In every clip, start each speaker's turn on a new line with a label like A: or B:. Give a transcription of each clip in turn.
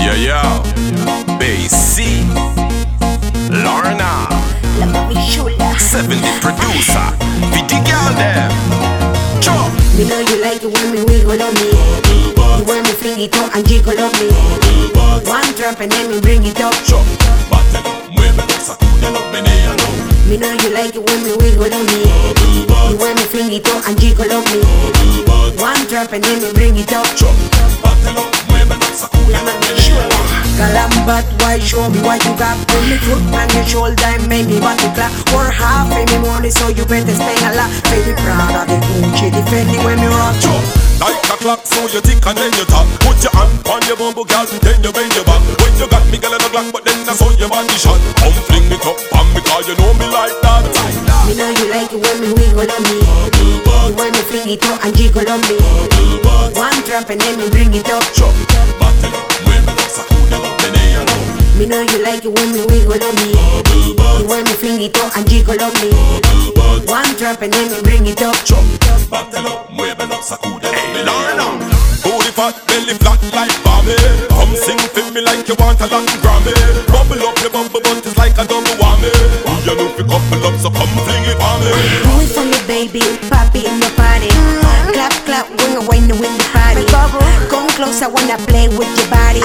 A: Yo yo, BC, Lorna,
B: La mami chula.
A: 70 producer, with the girl them. Chop,
B: You know you like it when me wiggle on me. You want me fling it up and jiggle on me. One drop and then me bring it up.
A: chop, bátelo, muévelo, sacúdelo, menéalo.
B: Me know you like it when me wiggle on me. You want me fling it up and jiggle on me. One drop and then me bring it up.
A: Chop, bátelo, muévelo,
B: La
A: sacúdelo,
B: mami
A: menéalo.
B: chula. Girl, I'm bad, why show me what you got? Put me foot on your shoulder and make me want to clap. Work half in the money, so you better stay a lot. Baby Prada, the Gucci, the Fendi when me rock.
A: Chop, like a clock, so you tick and then you talk. Put your hand on your bumble, girl, and then you bend your back. When you got me, girl, in the black, but then I saw your body shot. Come fling it up, and me, cause you know me like that. Like that.
B: Me know you like it when me wiggle on me. You want me fling it up and jiggle on me. One drop and then me bring it up.
A: Chop, bátelo, muévelo, sacúdelo, menéalo.
B: Me know you like it when me wiggle on me. You want me fling it up and jiggle on me. One drop and then me bring it up.
A: Chop, bátelo, muévelo, sacúdelo, menéalo. Booty fat, belly flat like Bobby. Come sing for me like you want a lot of Grammy. Bubble up your bumble butt is like a double whammy. You know if you couple up, so come fling it on me.
B: Moving for me, baby, papi in the party. Clap, clap, when I win the win the party. Come close, I wanna play with your body.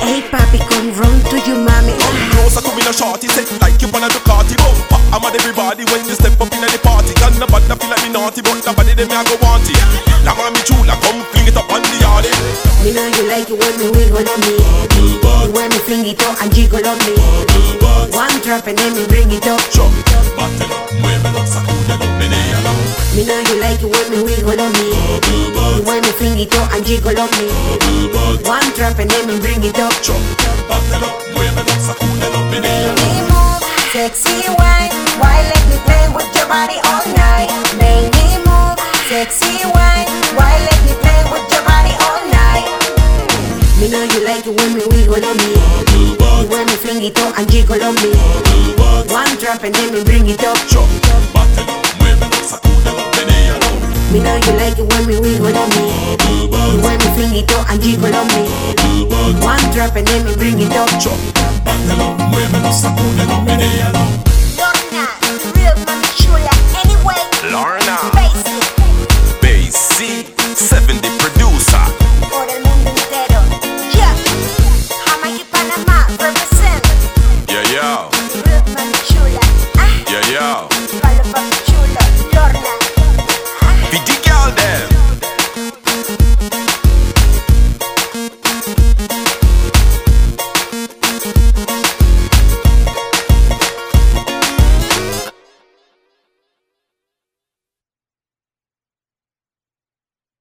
B: Hey, papi, come run to your mommy.
A: Close I come in a shorty set like you wanna do carty bumper. I'm at everybody when you step up in the party. Got no bad, I feel like me naughty, but nobody them I go want it. Now I'm me chula, come fling it up on the yard. eh.
B: Me know you like it when me wiggle on me. You want me fling it up and jiggle on me. One drop and then me bring it up.
A: Chop, battle, muévelo, sacúdelo, menéalo.
B: Me know you like it when me wiggle on me. You want me fling it up and jiggle on me. One drop and then me bring it up.
A: Chop, battle, muévelo, sacúdelo, menéalo.
B: Sexy wine, why let me play with your body all night? Make me move, sexy wine, why let me play with your body all night? Me know you like it when me wiggle on me. You want me fling it up and jiggle on me. One drop and then me bring it up.
A: Chop, battle, muévelo, sacúdelo, menéalo.
B: Me know you like it when me wiggle on me. You want me fling it up and jiggle on me. One drop and then me bring it up.
A: Chop, battle, muévelo, sacúdelo, menéalo.